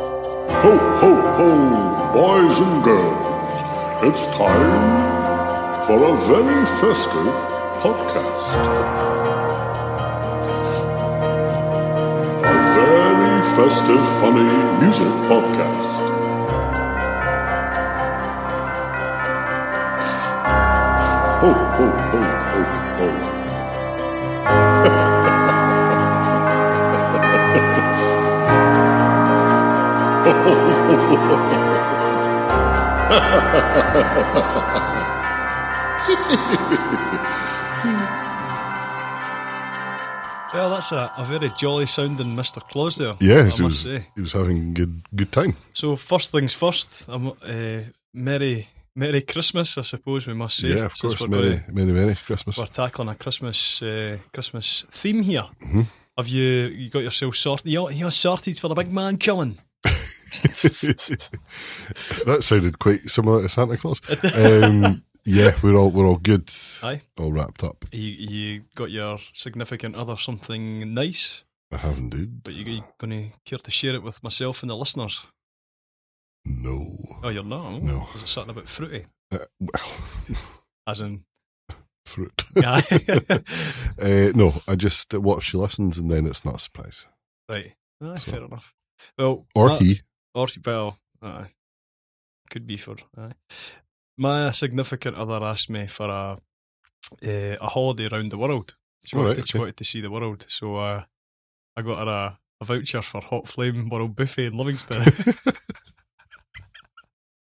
Ho, ho, ho, boys and girls. It's time for a very festive podcast. A very festive, funny music podcast. Ho, ho, ho, ho, ho. Well, that's a, a very jolly sounding Mr. Claus there. I Yes, he must was. say. He was having good good time. So first things first, um, uh, Merry Merry Christmas, I suppose we must say. yeah, of since course. We're, Merry, gonna- merry, merry Christmas. we're tackling a Christmas uh, Christmas theme here. Mm-hmm. Have you you got yourself sorted? You're, you're sorted for a big man killing. that sounded quite similar to Santa Claus. Um, yeah, we're all we're all good, Aye, all wrapped up. you, you got your significant other something nice, I have indeed. but you, you going to care to share it with myself and the listeners? No, Oh, you're not. No. Uh, Is it something about fruity? well, As in, fruit. yeah. Uh, no, I just what if she listens and then it's not a surprise right. Aye, So- fair enough. Well, or my- he. Or well, aye. could be for aye. My significant other asked me for a uh, a holiday around the world. She All wanted, right, she okay. wanted to see the world, so uh, I got her a, a voucher for Hot Flame World Buffet in Livingston.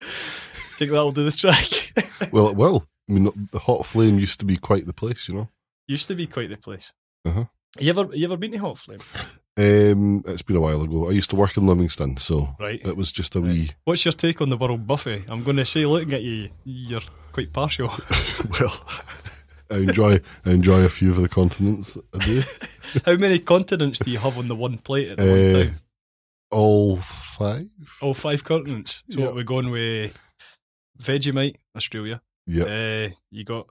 Think that'll do the trick. Well, it will. I mean, the hot flame used to be quite the place, you know. Used to be quite the place. Uh-huh. Uh, You ever you ever been to Hot Flame? Um, it's been a while ago. I used to work in Livingston, so Right. it was just a Right. wee. What's your take on the World Buffet? I'm going to say, looking at you, you're quite partial. well, I enjoy I enjoy a few of the continents. I do How many continents do you have on the one plate at the Uh, one time? all five. All five continents. So Yeah. what we're going with Vegemite, Australia. Yeah, Uh, you got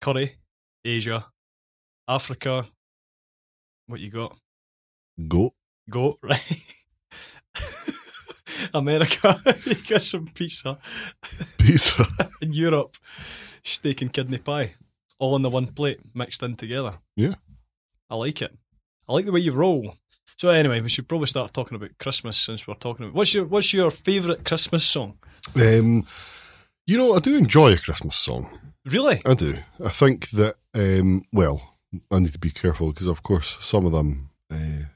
curry, Asia, Africa. What you got? go. Goat, right? America. you got some pizza. Pizza. In Europe, steak and kidney pie, all on the one plate, mixed in together. Yeah. I like it. I like the way you roll. So anyway, we should probably start talking about Christmas since we're talking about. What's your What's your favourite Christmas song? Um, you know, I do enjoy a Christmas song. Really? I do. I think that. Um, well, I need to be careful because, of course, some of them, uh,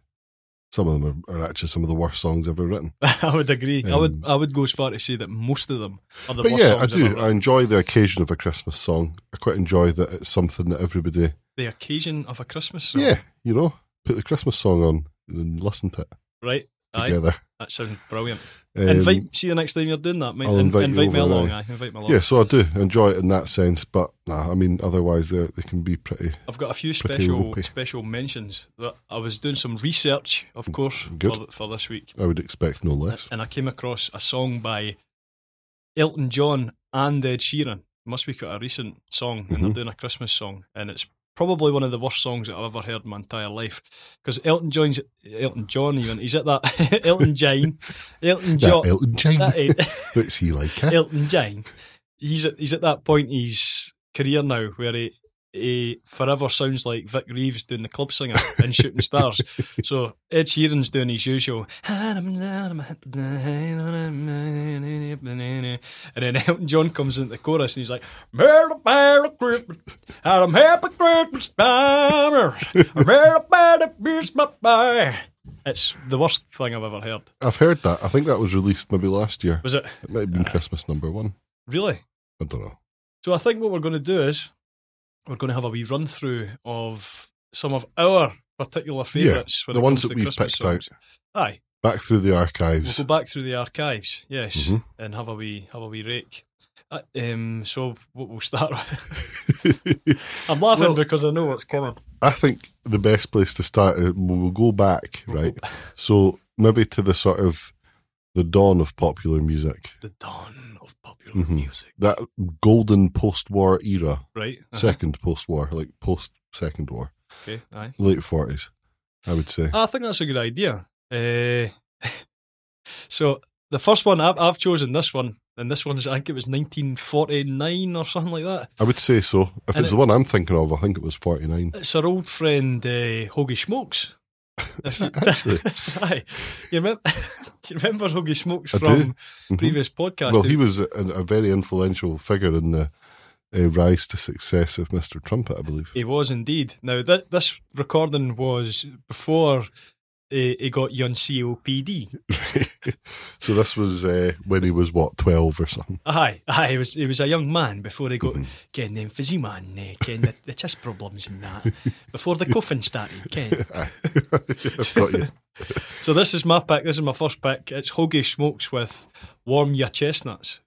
some of them are, are actually some of the worst songs ever written. I would agree. I would Um, I would go as far to say that most of them are the but worst yeah, I songs do. ever written. I enjoy the occasion of a Christmas song. I quite enjoy that it's something that everybody. the occasion of a Christmas song. Yeah, you know, put the Christmas song on and listen to it Right. Aye, together. that sounds brilliant. Um, invite see the next time you're doing that, mate. I'll in- invite you me over, along, aye. aye. Invite me along. Yeah, so I do enjoy it in that sense, but nah, I mean, otherwise they they can be pretty I've got a few Pretty special ropey. special mentions that I was doing some research, of course, good. for for this week, I would expect no less. and I came across a song by Elton John and Ed Sheeran. Must be quite a recent song, and they're Mhm. doing a Christmas song, and it's probably one of the worst songs that I've ever heard in my entire life. Because Elton John's Elton John, even he's at that Elton John, Elton That John, Elton John, that ain't- what's he like? eh? Elton John. He's at he's at that point in his career now where he he forever sounds like Vic Reeves doing the club singer and shooting stars. So Ed Sheeran's doing his usual, and then Elton John comes into the chorus and he's like, "Merry Merry Christmas, and I'm happy Christmas time, Merry Merry Christmas, bye." It's the worst thing I've ever heard. I've heard that. I think that was released maybe last year. Was it It might have been Christmas number one. really? I don't know. So I think what we're going to do is we're going to have a wee run through of some of our particular favourites. when the it ones comes that to we've Christmas picked out. songs. Aye, Back through the we'll archives. go back through the archives, yes, Mhm. and have a wee have a wee rake. Uh, um, so what we'll start. with- I'm laughing Well- uh, because I know what's coming. I think the best place to start is we'll go back, right? So maybe to the sort of the dawn of popular music, The dawn of popular Mhm. music, that golden post-war era, right? Uh, second post-war, like post-second war, okay, aye. late forties, I would say. I think that's a good idea. Uh, so the first one I've, I've chosen this one, and this one's I think it was 1949 or something like that. I would say so. If And it's it- the one I'm thinking of, I think it was 49. It's our old friend uh, Hoagie Smokes. If you, Actually. Aye. you remember? do you remember Hoagie Smokes I do. from Mhm. previous podcast? Well, he was a, a very influential figure in the uh, rise to success of Mr. Trumpet, I believe. He was indeed. Now th- this recording was before uh, he got you on COPD. so this was uh, when he was, what, 12 or something? Aye, aye. He was he was a young man before he got Mhm. getting the emphysema and uh, getting the, the chest problems and that. Before the coughing started, Ken. Aye. I've got you. So this is my pick. This is my first pick. It's Hoagie Smokes with Warm Your Chestnuts.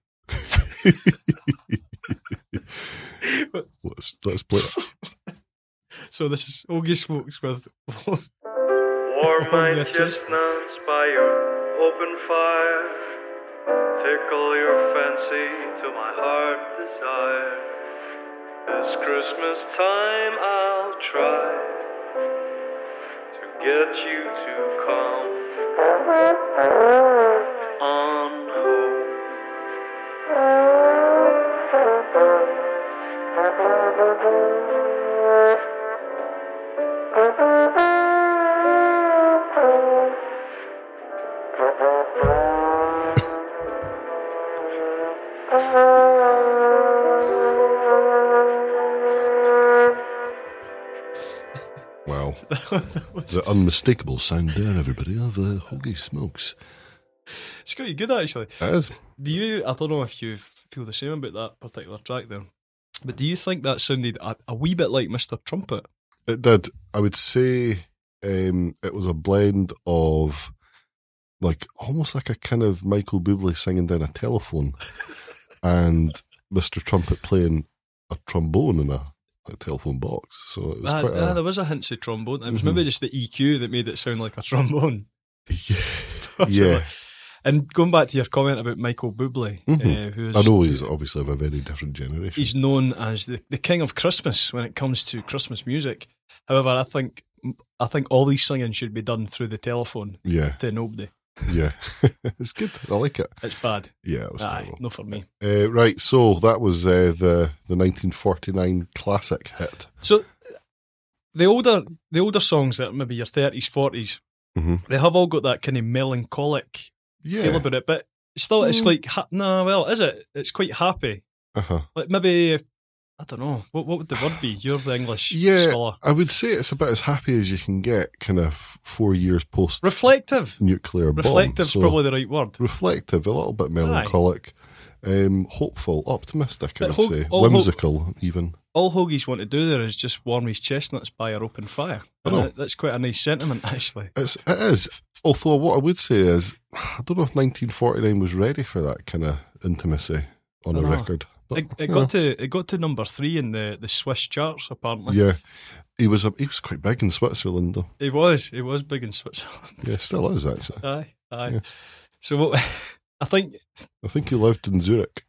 Let's, let's play it. So this is Hoagie Smokes with Warm my Yeah, chestnuts by your open fire. Tickle your fancy to my heart desire. This Christmas time I'll try to get you to come Oh, on home. Wow. that was, The unmistakable sound there, everybody, of uh, Hoagie Smokes. it's quite good actually. That is. Do you? I don't know if you feel the same about that particular track there, but do you think that sounded a, a wee bit like Mr. Trumpet? It did. I would say um, it was a blend of like almost like a kind of Michael Bublé singing down a telephone and Mr. Trumpet playing a trombone in a, a telephone box. So it was Ah, quite ah, a, Mm-hmm. there was a hint of trombone. It was maybe just the EQ that made it sound like a trombone. yeah. And going back to your comment about Michael Bublé, Mhm. uh, who's I know he's obviously of a very different generation. he's known as the, the king of Christmas when it comes to Christmas music. However, I think I think all these singing should be done through the telephone Yeah, to nobody. yeah. it's good. I like it. It's bad. Yeah, it was Aye, terrible. not for me. Uh, right, so that was uh, the the 1949 classic hit. So the older the older songs that are maybe your thirties, forties, Mhm. they have all got that kind of melancholic feel Yeah. Mm. about it. But still, it's like ha- nah. Well, is it? It's quite happy. Uh-huh. Like maybe I don't know. What what would the word be? You're the English Yeah. scholar. I would say it's about as happy as you can get, kind of four years post Reflective. nuclear bomb. Reflective's So, probably the right word. reflective, a little bit melancholic, um, hopeful, optimistic. I But would hope- say all hope- whimsical, even. All Hoagie's want to do there is just warm his chestnuts by our open fire. I And know. that- that's quite a nice sentiment, actually. It's it is. Although what I would say is, I don't know if 1949 was ready for that kind of intimacy on I a know. record. But, It, it you know, got to it got to number three in the, the Swiss charts. Apparently, yeah. He was a, he was quite big in Switzerland though. it was it was big in Switzerland. Yeah, still is actually. Aye, aye. Yeah. So what, I think I think he lived in Zurich.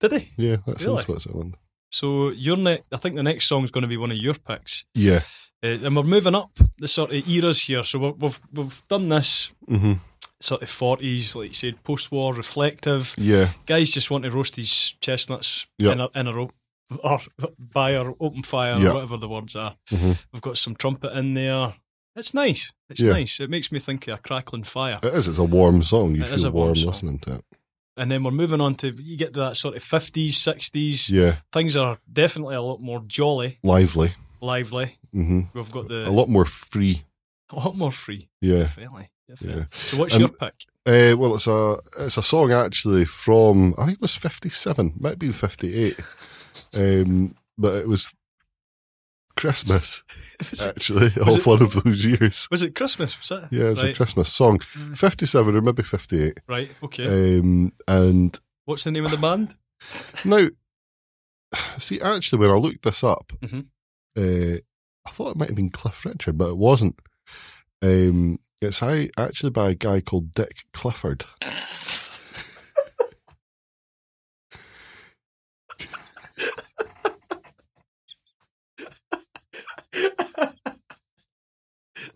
did he? Yeah, that's Really? in Switzerland. So your ne- I think the next song's going to be one of your picks, Yeah. uh, and we're moving up the sort of eras here. So we've we've, we've done this hmm sort of forties, like you said, post-war, reflective. Yeah. Guys just want to roast these chestnuts Yeah. in a in a row. Or by our open fire, Yeah. or whatever the words are. Mhm. We've got some trumpet in there. It's nice. It's Yeah. nice. It makes me think of a crackling fire. It is. It's a warm song. You It is feel a warm warm, song. listening to it. And then we're moving on to you get to that sort of fifties, sixties. Yeah, things are definitely a lot more jolly, lively. lively. hmm We've got the A lot more free. a lot more free, Yeah. definitely. definitely. Yeah. So what's Um, your pick? Uh, well, it's a it's a song actually from I think it was fifty seven, might be fifty eight, um, but it was Christmas actually, all it- one of those years. Was it Christmas? Was it? Yeah, it's a right, Christmas song, Mm. fifty seven or maybe fifty eight. right. Okay. Um, and what's the name of the band? now, see, actually, when I looked this up, Mhm. uh, I thought it might have been Cliff Richard, but it wasn't. Um, it's I, actually by a guy called Dick Clifford.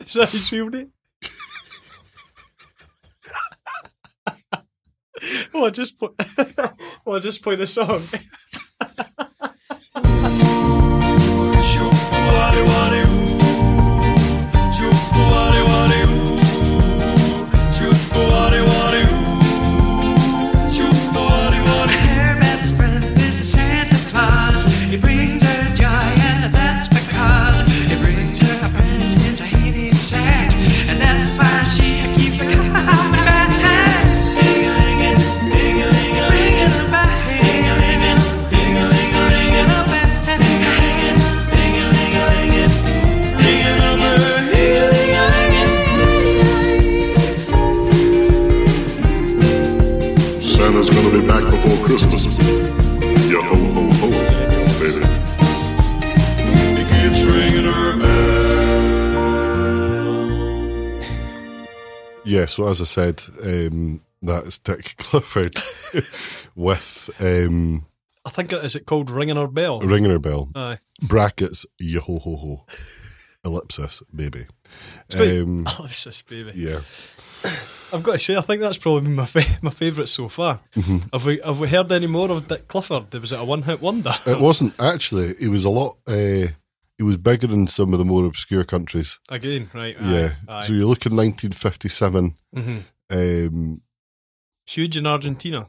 Is that his real name? Well, I just put. well, I just play the song. Her best friend is a Santa Claus. He brings her joy, and that's because he brings her a present in his sack, and that's why she keeps a coming back. Ding-a-ling-a, ding-a-ling-a, ringing back. Ding-a-ling-a, ding-a-ling-a, ringing back. Ding-a-ling-a, ding-a-ling-a, ringing. Ding-a-ling-a, ding-a-ling-a, ringing. Santa's gonna be back before Christmas. Yo ho ho ho, baby. He keeps ringing her Yeah, so as I said, um, that is Dick Clifford with um, I think it is it called ringing her bell. Ringing Her Bell, Aye. brackets, yo ho ho ho, ellipsis, baby. Sweet. Um, Oh, this is baby. yeah. I've got to say, I think that's probably been my fa- my favourite so far. Mm-hmm. Have we have we heard any more of Dick Clifford? Was it a one hit wonder? It wasn't actually, it was a lot, uh, it was bigger in some of the more obscure countries. Again, right? aye, Yeah. aye. So you look in 1957. Mhm. Um, Huge in Argentina.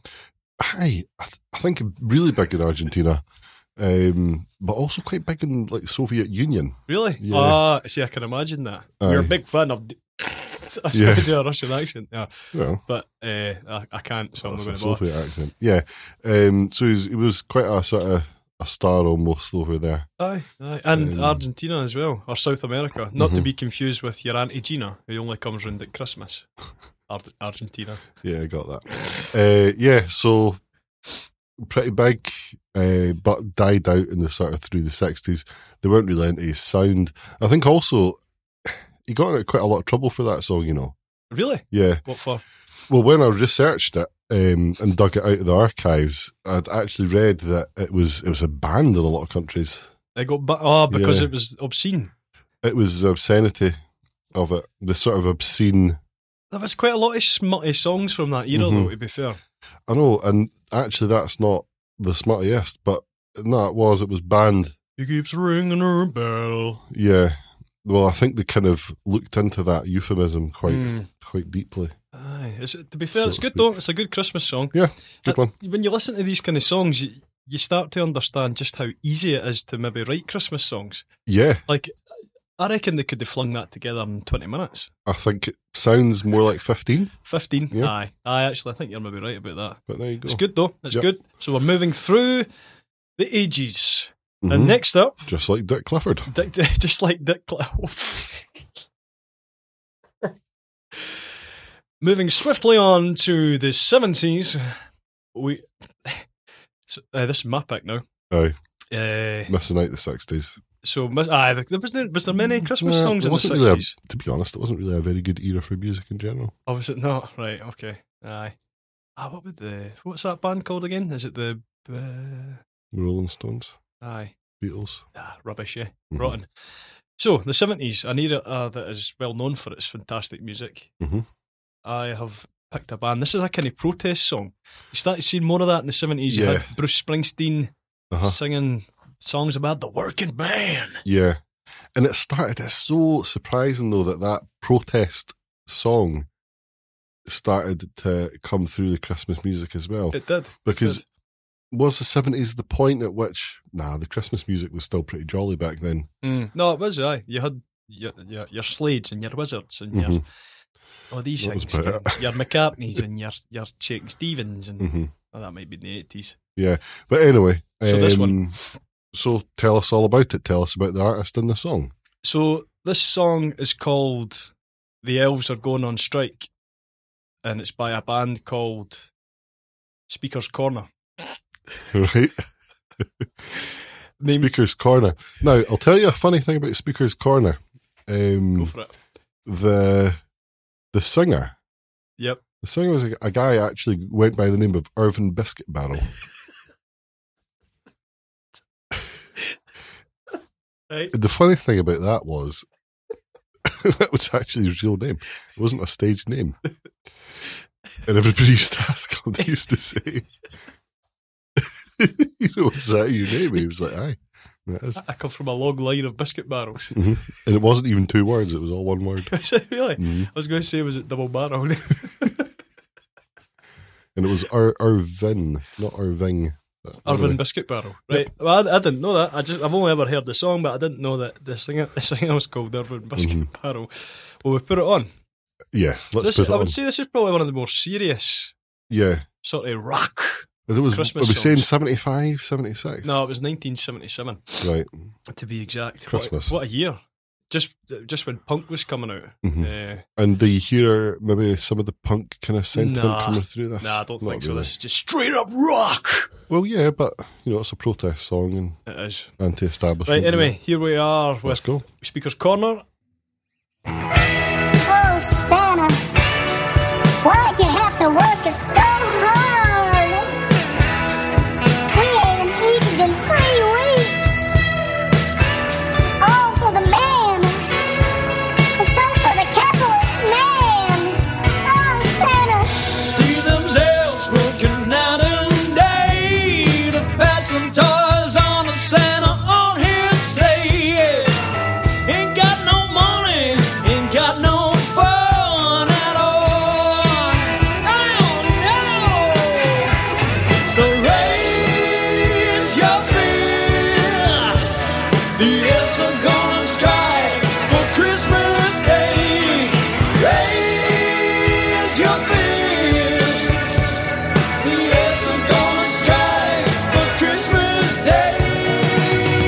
aye, I, th- I think really big in Argentina, um, but also quite big in like Soviet Union. Really? Yeah. Ah, see, I can imagine that. Aye. You're a big fan of. I Yeah. yeah. do a Russian accent there, Well, but uh, I, I can't, so I'm not going that's to a bother. Soviet accent. Yeah. Um, so he was, he was quite a sort of a star almost over there. Aye, aye. And Um, Argentina as well, or South America. Not to Mhm. be confused with your Auntie Gina, who only comes round at Christmas. Ar- Argentina. Yeah, I got that. uh, yeah, so pretty big, uh, but died out in the sort of through the sixties. They weren't really into his sound. I think also he got into quite a lot of trouble for that song. You know, Really? yeah. What for? Well, when I researched it um, and dug it out of the archives, I'd actually read that it was it was banned in a lot of countries. They got bu- oh because Yeah. it was obscene. It was the obscenity of it, the sort of obscene. There was quite a lot of smutty songs from that era, though. Mhm. To be fair, I know, and actually, that's not the smartest, but no, it was. It was banned. he keeps ringing her bell. Yeah. Well, I think they kind of looked into that euphemism quite Mm. quite deeply. Aye, it's, to be fair, So it's to good speak. though. It's a good Christmas song. Good Uh, one. when you listen to these kind of songs, you, you start to understand just how easy it is to maybe write Christmas songs. Yeah, Like, I reckon they could have flung that together in 20 minutes. I think it sounds more like fifteen. 15? Yeah. Aye. Aye, actually, I think you're maybe right about that. But there you go. It's good, though. It's Yep. good. So we're moving through the ages. Mhm. And next up, Just like Dick Clifford. Dick, just like Dick oh. Cl- Moving swiftly on to the 70s, we. So, uh, this is my pick now. Aye. Uh, Missing out the sixties. So, mis- aye, there was there, was there many Christmas Nah, songs in it the wasn't really a- sixties? To be honest, it wasn't really a very good era for music in general. Oh, was it not? Right, okay, aye. Ah, what would the what's that band called again? Is it the uh, Rolling Stones, aye? Beatles. Ah, rubbish, yeah, Mhm. rotten. So the seventies, an era uh, that is well known for its fantastic music. Mhm. I have picked a band. This is a kind of protest song. You started seeing more of that in the seventies. You Yeah. had Bruce Springsteen Uh-huh. singing songs about the working man. Yeah, and it started. It's so surprising though that that protest song started to come through the Christmas music as well. It did. because was the seventies the point at which nah the Christmas music was still pretty jolly back then. Mm. No, it was aye. You had your your, your Slades and your Wizards and your Mhm. all these That was things, about and your McCartneys and your your Chick Stevens and Mhm. oh, that might be in the eighties. But anyway, um, So this one. So tell us all about it. Tell us about the artist and the song. So this song is called "The Elves Are Going on Strike," and it's by a band called Speaker's Corner. Right, Name, Speaker's Corner. Now I'll tell you a funny thing about Speaker's Corner. go Um, for it. the the singer, Yep. the singer was a, a guy actually went by the name of Irvin Biscuit Barrel. Right. the funny thing about that was that was actually his real name. It wasn't a stage name. And everybody used to ask him, they used to say, you know, is that your name? He was like, aye. That is. I come from a long line of biscuit barrels. Mhm. And it wasn't even two words, it was all one word. Is it really? Mhm. I was going to say, was it double barrel? And it was Ir- Irvin, not Irving. But Irvin anyway, Biscuit Barrel. Right. Well, I, I didn't know that. I just I've only ever heard the song, but I didn't know that the singer the singer was called Mm-hmm. Irvin Biscuit Barrel. Well, we put it on. Yeah, let's This, put it I on. would say this is probably one of the more serious yeah. sort of rock. It was, Christmas were we saying songs. 75, 76? No, it was 1977 Right. to be exact. What- Christmas. What, a year! Just just when punk was coming out. Mhm. Uh, And do you hear maybe some of the punk kind of sentiment Nah. coming through this? nah, I don't Not think so. really. This is just straight up rock. Well, yeah, but, you know, it's a protest song and It is. anti establishment. Right. Anyway, here we are with go. Speaker's Corner. Oh, Santa, why'd you have to work us so hard? We haven't eaten in three weeks. All for the man, and some for the capitalist man. Oh, Santa, See themselves working night and day to pass some toys on to Santa on his sleigh. yeah. Ain't got no money, ain't got no fun at all. Oh no! So raise your fist. The elves are gonna strike for Christmas Day. Raise your fists. The elves are gonna strike for Christmas Day.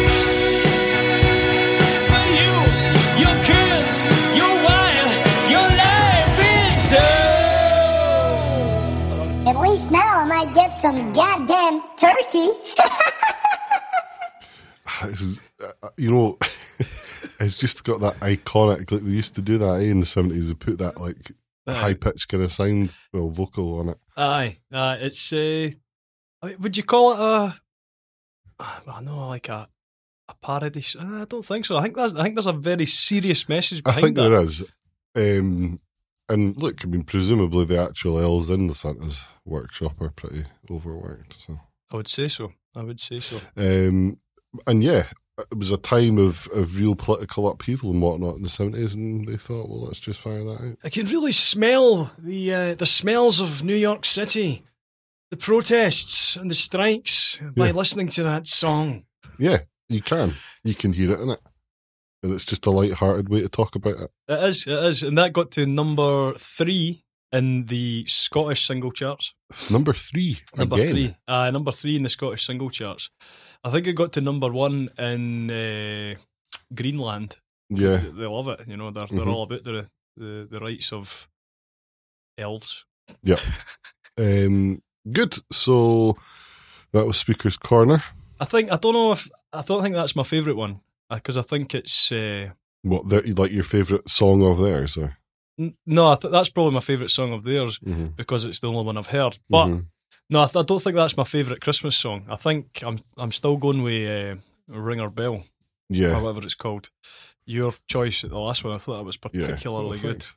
For you, your kids, your wife, your life is hell. at least now I might get some goddamn turkey. This is, uh, you know, it's just got that iconic, like they used to do that eh, in the 70s. They put that, like, high pitched kind of sound, well, vocal on it. Uh, Aye, aye. It's uh, I mean, would you call it a? I don't know, like a a parody. s- uh, I don't think so. I think that's I think there's a very serious message I behind think that. there is. Um, and look, I mean, presumably the actual elves in the Santa's workshop are pretty overworked. So, I would say so. I would say so. um, and yeah, it was a time of, of real political upheaval and whatnot in the seventies, and they thought, well, let's just fire that out. I can really smell the uh, the smells of New York City, the protests and the strikes by Yeah. listening to that song. Yeah, you can, you can hear it in it, and it's just a light-hearted way to talk about it. It is, it is, and that got to number three in the Scottish single charts. Number three, Number again. three. Uh, number three in the Scottish single charts. I think it got to number one in uh, Greenland. yeah, They, they love it. You know, they're, they're Mhm. all about the, the the rights of elves. um, good. So that was Speaker's Corner. I think I don't know if I don't think that's my favourite one because I think it's uh, What, that, like your favorite song of theirs, or? n- no. I th- that's probably my favourite song of theirs Mhm. because it's the only one I've heard. But Mhm. no, I, th- I don't think that's my favourite Christmas song. I think I'm I'm still going with uh, Ringer Bell. Yeah. or whatever it's called. Your choice at the last one, I thought that was yeah. particularly Well, good. thanks.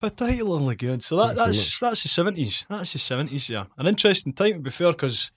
Particularly good. So that, Thanks very that's that's the seventies. That's the seventies. Yeah, an interesting time to be fair, because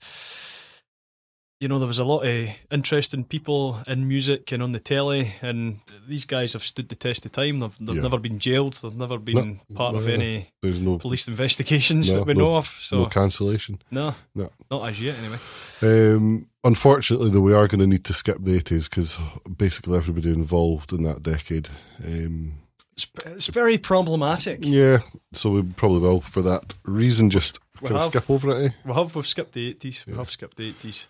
you know there was a lot of interesting people in music and on the telly, and these guys have stood the test of time. They've, they've Yeah. never been jailed. They've never been part no, of yeah. any There's no, police investigations No, that we no, know of. So no cancellation. no, no. not as yet. Anyway, Um, unfortunately, though, we are going to need to skip the 80s because basically everybody involved in that decade. Um, it's, it's very problematic. yeah, so we probably will for that reason. Just We kind of have- skip over it. eh? We have we've skipped the eighties. We Yeah. have skipped the eighties.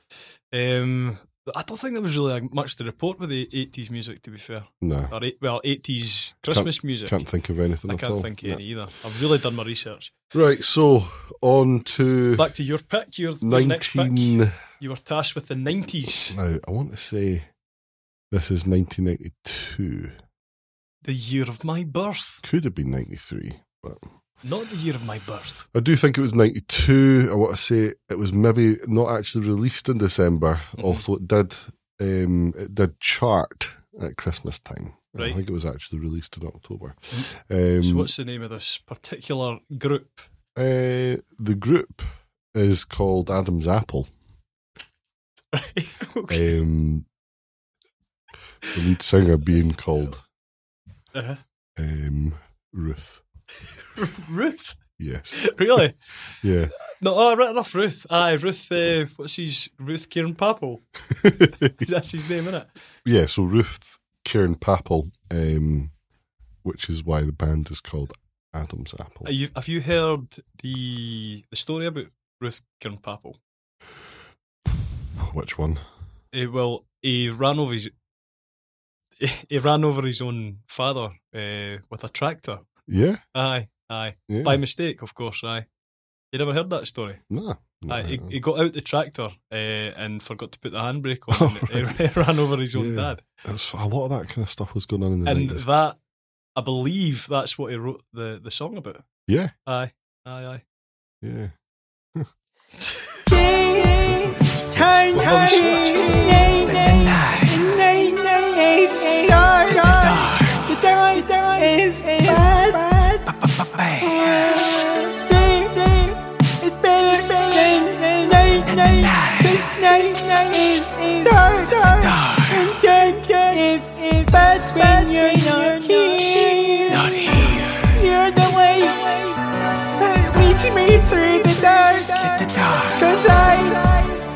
Um, I don't think there was really like, much to report with the eighties music, to be fair. No, Or eight, well, eighties Christmas music. can't think of anything I at can't all. think of any either. I've really done my research. Right, so on to Back to your pick. Your, your next pick. 19. You were tasked with the nineties, Now, I want to say this is 1992. the year of my birth, Could have been 93, but not the year of my birth. I do think it was 92. I want to say it was maybe not actually released in December, Mm-hmm. although it did um, it did chart at Christmas time. Right. Mm-hmm. I think it was actually released in October. So, Um, what's the name of this particular group? Uh, the group is called Adam's Apple. Okay. Um, the lead singer being called Uh-huh. um, Ruth. Ruth, Yes. really? Yeah. No, oh, right enough. Ruth, aye, Ruth. Uh, what's his Ruth Kieran Papel? That's his name, isn't it? yeah, so Ruth Kieran Papel, um, which is why the band is called Adam's Apple. Are you, have you heard the the story about Ruth Kieran Papel? Which one? Eh, well, he ran over his he ran over his own father uh, with a tractor. Yeah. Aye, aye, yeah. by mistake, of course. Aye, you never heard that story. Nah. Nah. Aye, he, he got out the tractor uh, and forgot to put the handbrake on. and he ran over his own Yeah. dad, That's- a lot of that kind of stuff was going on in the and 90s. that I believe that's what he wrote the the song about. yeah. Aye, aye, aye. Yeah. Well, we switched. Through the dark, cause I,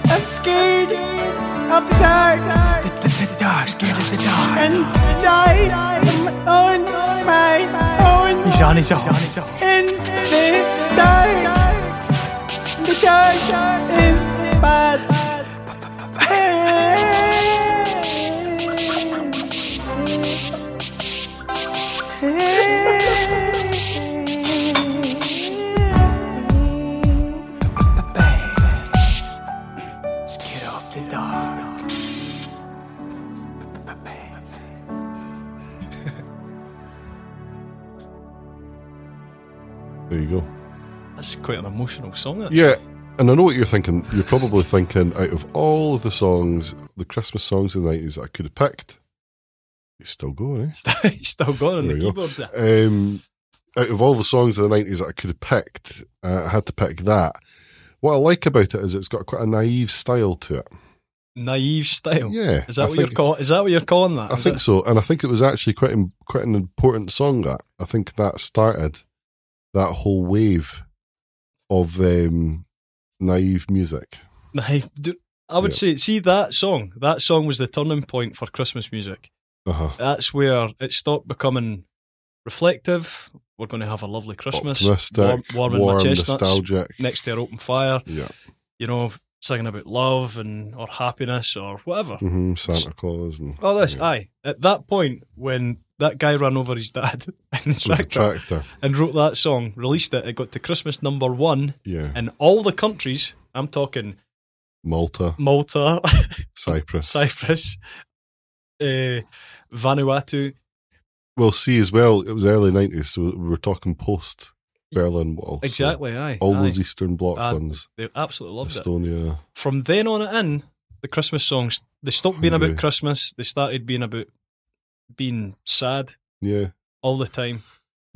I'm scared of the dark. Scared of the dark. and die on my own He's on his own. He's on his own. in the dark. The dark is bad. Scared of the dark. There you go. That's quite an emotional song. That. Yeah. And I know what you're thinking. You're probably thinking, out of all of the songs, the Christmas songs in the 90s that I could have picked, it's still going, eh? He's still gone on There the we go. keyboards. there. um, out of all the songs of the nineties that I could have picked, uh, I had to pick that. What I like about it is it's got quite a naive style to it. Naive style. Yeah, Is that I what think- you're calling? Is that what you're calling that? I Is think it- so, and I think it was actually quite im- quite an important song. That I think that started that whole wave of um, naive music. Naive. Do- I would Yeah. say, see that song. That song was the turning point for Christmas music. Uh-huh. That's where it stopped becoming reflective. We're going to have a lovely Christmas. Optimistic, warm, warming warm, my chestnuts nostalgic. next to our open fire. yeah, You know, singing about love and or happiness or whatever. hmm Santa Claus and All this, yeah. aye. At that point, when that guy ran over his dad in the With the tractor tractor. and wrote that song, released it, it got to Christmas number one Yeah, in all the countries. I'm talking Malta, Malta, Cyprus. Cyprus, uh, Vanuatu. Well, see as well, it was early nineties, so we were talking post Berlin Wall. so Exactly, aye. all aye. those Eastern Bloc Ah, ones, they absolutely loved it. Estonia. From then on in, the Christmas songs they stopped being about Hungary. Christmas. They started being about being sad Yeah, all the time.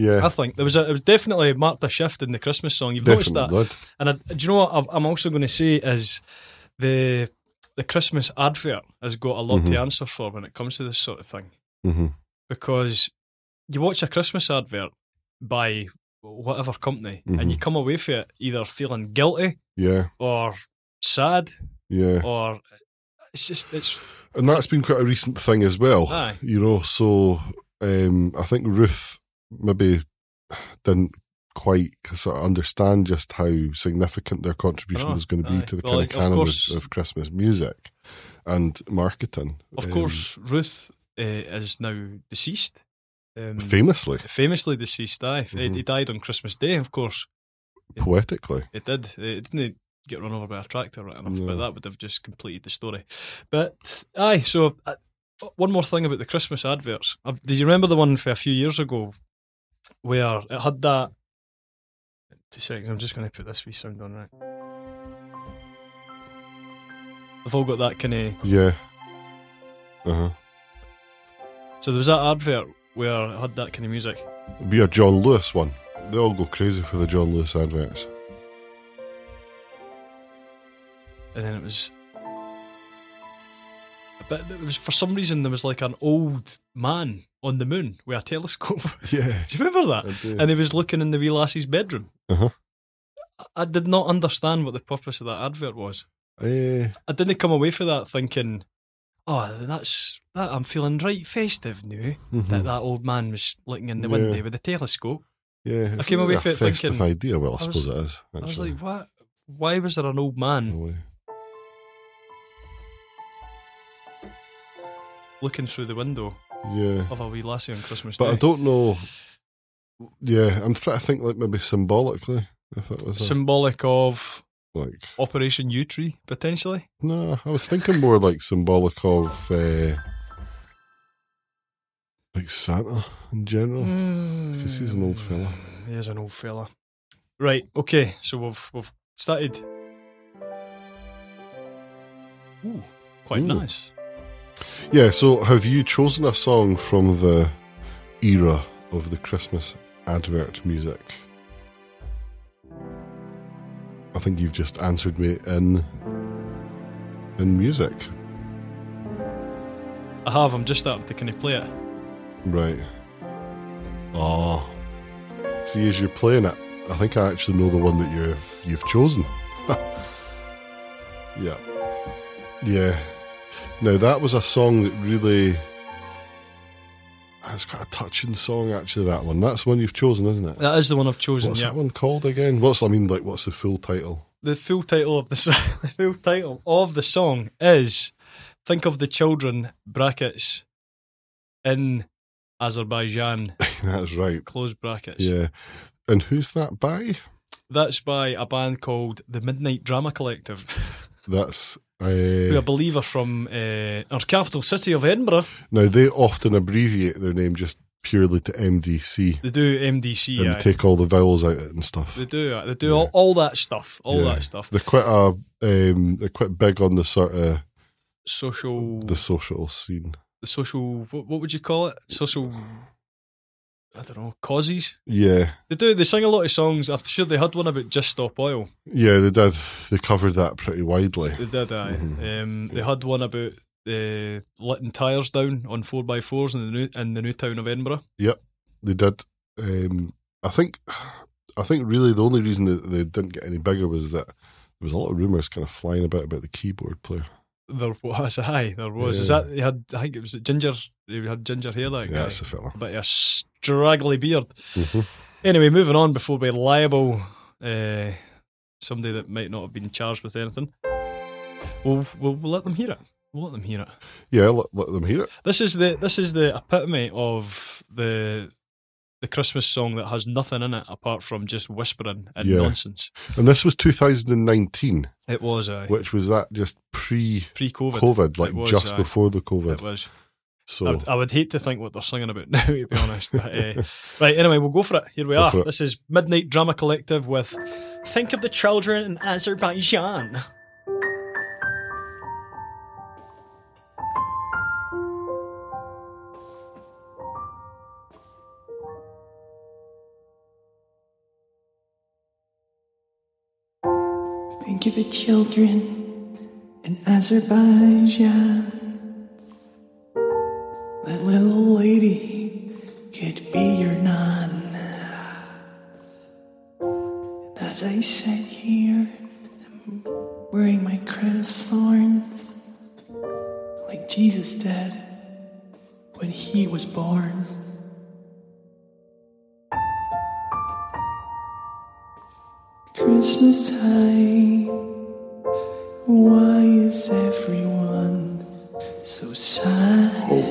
I yeah. think there was a it definitely marked a shift in the Christmas song. You've noticed that. Definitely. And I, do you know what I've- I'm also going to say is the the Christmas advert has got a lot Mhm. to answer for when it comes to this sort of thing. hmm because you watch a Christmas advert by whatever company and you come away from it either feeling guilty Yeah, or sad yeah. or it's just it's And that's been quite a recent thing as well. Aye. You know, so um, I think Ruth maybe didn't quite sort of understand just how significant their contribution No, was going to be Oh, aye. to the Well, kind like, of of canon of, course- of Christmas music and marketing. of um, course Ruth uh, is now deceased um, famously, famously deceased aye He- he, Mhm. died on Christmas day of course poetically. it did it didn't get run over by a tractor right enough but No. that would have just completed the story but aye so uh, one more thing about the Christmas adverts i do you remember the one for a few years ago where it had that two seconds I'm just going to put this wee sound on right they've all got that kind of Yeah. Uh huh. so there was that advert where it had that kind of music be a John Lewis one. they all go crazy for the John Lewis adverts. and then it was a bit it was for some reason there was like an old man on the moon with a telescope do Yeah. you remember that I do. and he was looking in the wee lassie's bedroom Uh-huh. I- I did not understand what the purpose of that advert was Eh, I didn't come away from that thinking oh that's that I'm feeling right festive now that that old man was looking in the Mm-hmm. Yeah. window with a telescope yeah. it's came not away a from it festive thinking- idea. Well, I, I was- suppose it is. I Actually. was like what why was there an old man Really. looking through the window yeah. of a wee lassie on Christmas But I Day don't know. Yeah, I'm trying to think like maybe symbolically if it was a- symbolic of like Operation U Tree potentially. no, I was thinking more like symbolic of uh, like Santa in general because he's an old fella. He is an old fella. Right. Okay. So we've we've started. Ooh, quite Ooh. nice. Yeah. So have you chosen a song from the era of the Christmas advert music? I think you've just answered me in in music, I have. I'm just starting to kind of play it. right? Oh, see, as you're playing it, I think I actually know the one that you've you've chosen. yeah, yeah. Now that was a song that really. That's quite a touching song, actually. That one. That's the one you've chosen, isn't it? That is the one I've chosen. What's yeah. that one called again? What's I mean, like, what's the full title? The full title of the so- the full title of the song is "Think of the Children" brackets in Azerbaijan that's right. close brackets. Yeah. And who's that by? That's by a band called the Midnight Drama Collective. That's. who I Uh, believe are from uh, our capital city of Edinburgh. now they often abbreviate their name just purely to MDC. They do MDC. and aye. they take all the vowels out and stuff. They do. uh, They do all, all that stuff. All Yeah. that stuff. They're quite a, um, they're quite big on the sort of Social. the The, social scene. social. What, what would you call it? Social. I don't know. Causes. Yeah, They do. They sing a lot of songs. I'm sure they had one about just stop oil. yeah, they did. They covered that pretty widely. They did. Aye. Mm-hmm. Um, they had one about. Uh, letting tires down on four by fours in the new in the new town of Edinburgh. Yep, they did. Um, I think, I think really the only reason that they didn't get any bigger was that there was a lot of rumors kind of flying about about the keyboard player. There was aye, there was. Is Yeah. that he had? I think it was ginger. He had ginger hair. That Yeah, guy. that's the fella. bit of a straggly beard. Mm-hmm. Anyway, moving on before we liable uh, somebody that might not have been charged with anything. We'll, we'll, we'll let them hear it. We'll let them hear it. Yeah, let, let them hear it. This is the this is the epitome of the the Christmas song that has nothing in it apart from just whispering and Yeah. nonsense. And this was 2019, It was uh, which was that just pre-COVID, pre-COVID. like It was, just aye. before the Oh. It COVID. was. So I, would, I would hate to think what they're singing about now, to be honest. But, uh, right, anyway, we'll go for it. Here we Go are. for it. This is Midnight Drama Collective with Think of the Children in Azerbaijan. Think of the children in Azerbaijan. That little lady could be your nun. And as I sit here, I'm wearing my crown of thorns, like Jesus did when he was born. Christmas time. Why is everyone so sad?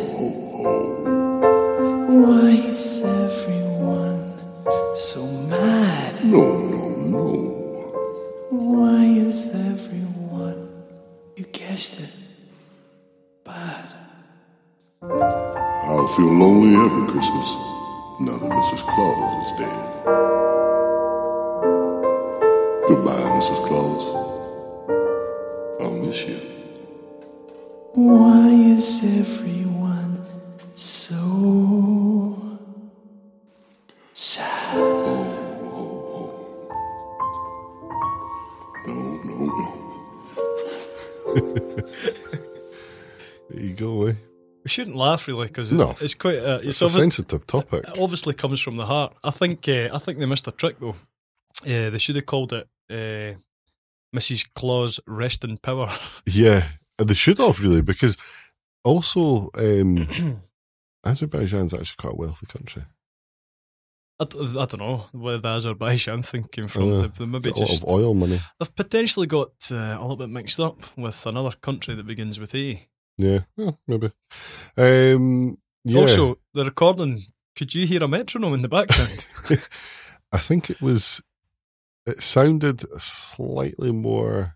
Why is everyone so mad? No, no, no. Why is everyone, you guessed it, bad? I'll feel lonely every Christmas now that Mrs. Claus is dead. Goodbye, Mrs. Claus. I'll miss you. Why is everyone so sad? eh? shouldn't laugh really because No. it's quite. Uh, it's It's a obvi- sensitive topic. it obviously comes from the heart. I think. Uh, I think they missed a trick though. Uh, they should have called it uh, Mrs. Claus Rest in Power. Yeah, and they should have really because also um, Azerbaijan's actually quite a wealthy country. I, d- I don't know where the Azerbaijan thing came from. Yeah. they, they maybe Got a lot just of oil money. they've potentially got uh, a little bit mixed up with another country that begins with A. Yeah, yeah maybe. Um, yeah, Also, the recording. Could you hear a metronome in the background? I think it was. It sounded slightly more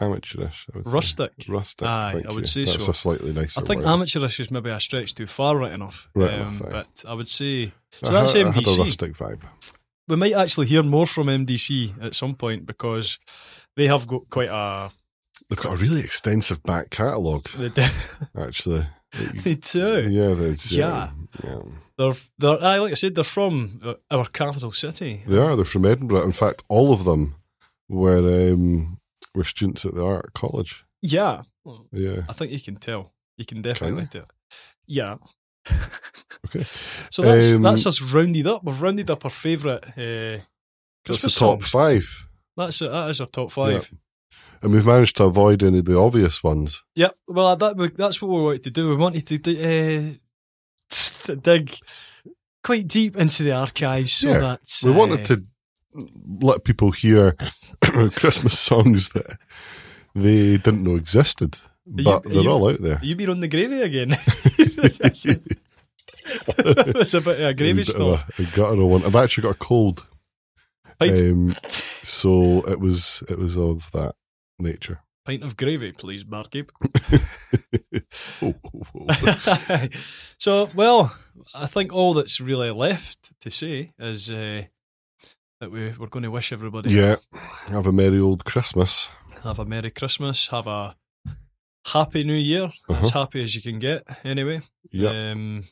amateurish. I would say. Rustic. Rustic. Aye, thank I would you. say That's so. a slightly nicer. I think word. amateurish is maybe a stretch too far, right enough. Um, Right enough, aye. but I would say I so. That's had- I had a MDC. rustic vibe. we might actually hear more from MDC at some point because they have got quite a. They've got a really extensive back catalogue, They, do- actually. they do. Yeah, that's, uh, Yeah. yeah. They're, they're, aye, like I said, they're from uh, our capital city. They are. They're from Edinburgh. In fact, all of them were um, were students at the art college. Yeah. Yeah. I think you can tell. You can definitely Can tell. Yeah. Okay. So that's Um, that's us rounded up. We've rounded up our favourite. Uh, That's Christmas the top songs. five, That's that is our top five. and we've managed to avoid any of the obvious ones. Yep. Well, that we- that's what we wanted to do. We wanted to, d- uh, to dig quite deep into the archives so Yeah, that We uh, wanted to let people hear Christmas songs that they didn't know existed, you- but are they're you- all out there. You be on the gravy again. That was a bit of a gravy And, uh, snort. I got one. I've actually got a cold, Pint, um, so it was it was of that nature. pint of gravy, please, barkeep. Oh, oh, oh. so, well, I think all that's really left to say is uh, that we, we're going to wish everybody Yeah, have a merry old Christmas. have a Merry Christmas, have a Happy New Year, Uh-huh. as happy as you can get, anyway. Yeah. Um,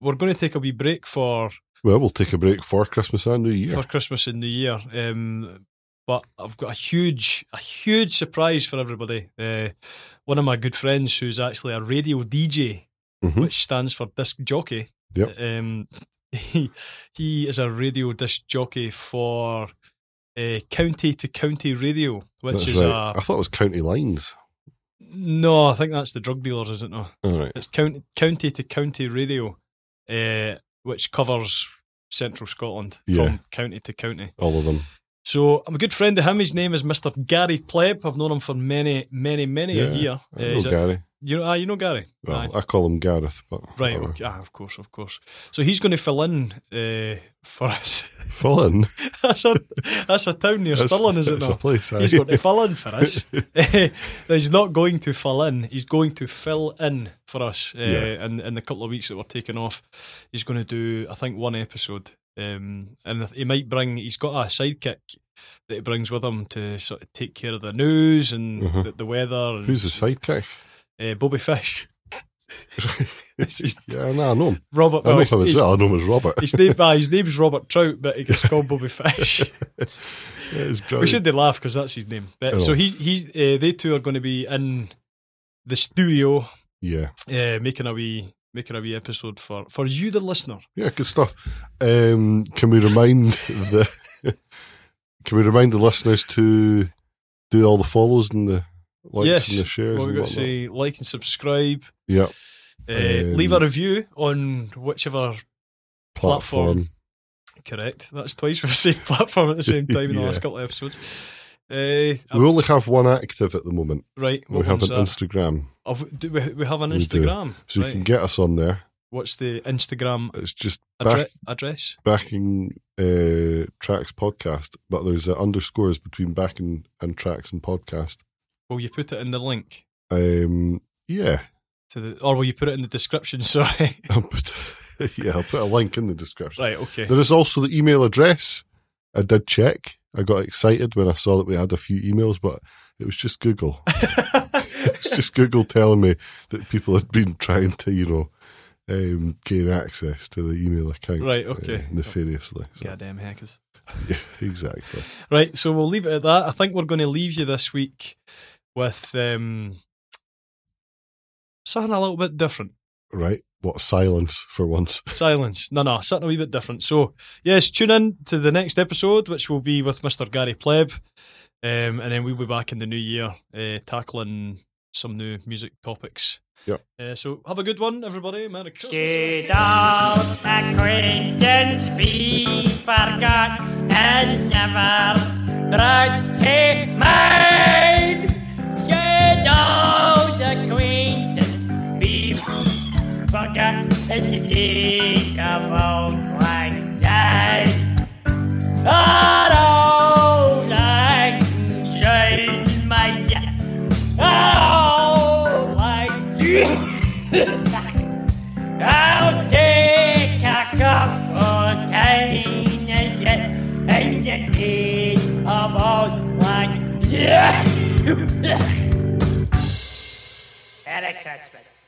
we're going to take a wee break for, Well, we'll take a break for Christmas and New Year. for Christmas and New Year. Um, but I've got a huge, a huge surprise for everybody. Uh, one of my good friends, who's actually a radio DJ, Mhm. which stands for disc jockey. Yep. Um, he he is a radio disc jockey for uh, county to county radio, which That's is right. a I thought it was county lines. no. I think that's the drug dealers, is it? No, All right. it's county county to county radio, uh, which covers central Scotland Yeah. from county to county. All of them. So I'm a good friend of him. His name is Mr. Gary Pleb. I've known him for many, many, many a Yeah, year. I Uh, know he's a- Gary. you know, ah, you know Gary. Well, Aye. I call him Gareth, but Right, whatever. okay. ah, of course, of course. So he's going to fill in uh, for us. Fill in. that's, a, that's a town near That's- Stirling, is it that's a not? place. He's aye. going to fill in for us. he's not going to fill in. He's going to fill in for us. Uh, Yeah. in, in the couple of weeks that we're taking off, he's going to do, I think, one episode. Um, and he might bring, he's got a sidekick that he brings with him to sort of take care of the news and Mhm. the, the weather. And, Who's the sidekick? Uh, Bobby Fish. This is Yeah, no, I know him. Robert. I know well, him as Oh, he's- well. I know him as Robert. his name, ah, his name's Robert Trout, but he gets called Bobby Fish. Yeah, he's we brilliant. should do laugh because that's his name. But, Oh. So he, he, uh, they two are going to be in the studio Yeah. uh, making a wee, making a wee episode for for you, the listener. Yeah, good stuff. Um, can we remind the can we remind the listeners to do all the follows and the likes yes, and the shares well, and we've got to whatnot? say like and subscribe. yeah, Uh, Um, leave a review on whichever. platform. Correct. That's twice we've said platform at the same time in the Yeah. last couple of episodes. Uh, We only have one active at the moment. right. We what have an one's that? Instagram, Oh, we- do we, we have an We do. Instagram. so you right. can get us on there. What's the Instagram It's just back, addre- address? backing uh, tracks podcast, but there's uh, underscores between backing and tracks and podcast. Will you put it in the link Um, yeah, to the, or will you put it in the description? Sorry. I'll put, yeah, I'll put a link in the description. right. Okay. There is also the email address. I did check. I got excited when I saw that we had a few emails, but it was just Google. it's just Google telling me that people had been trying to, you know, um, gain access to the email account. Right, uh, okay. nefariously. So, Goddamn hackers. yeah, exactly. Right. So we'll leave it at that. I think we're going to leave you this week with um, something a little bit different. right? What silence for once. Silence. No, no, something a wee bit different. So, yes, tune in to the next episode, which will be with Mr. Gary Pleb. Um, and then we'll be back in the new year uh, tackling some new music topics. Yep. Uh, so, have a good one, everybody. Merry Christmas. Should all acquaintance be forgot and never recommend? Should all acquaintance be forgot and think of old like that? But all I can say is my death. Oh, like I'll take a cup of cane and get and get rid of all my yeah. Eric Kurtzman.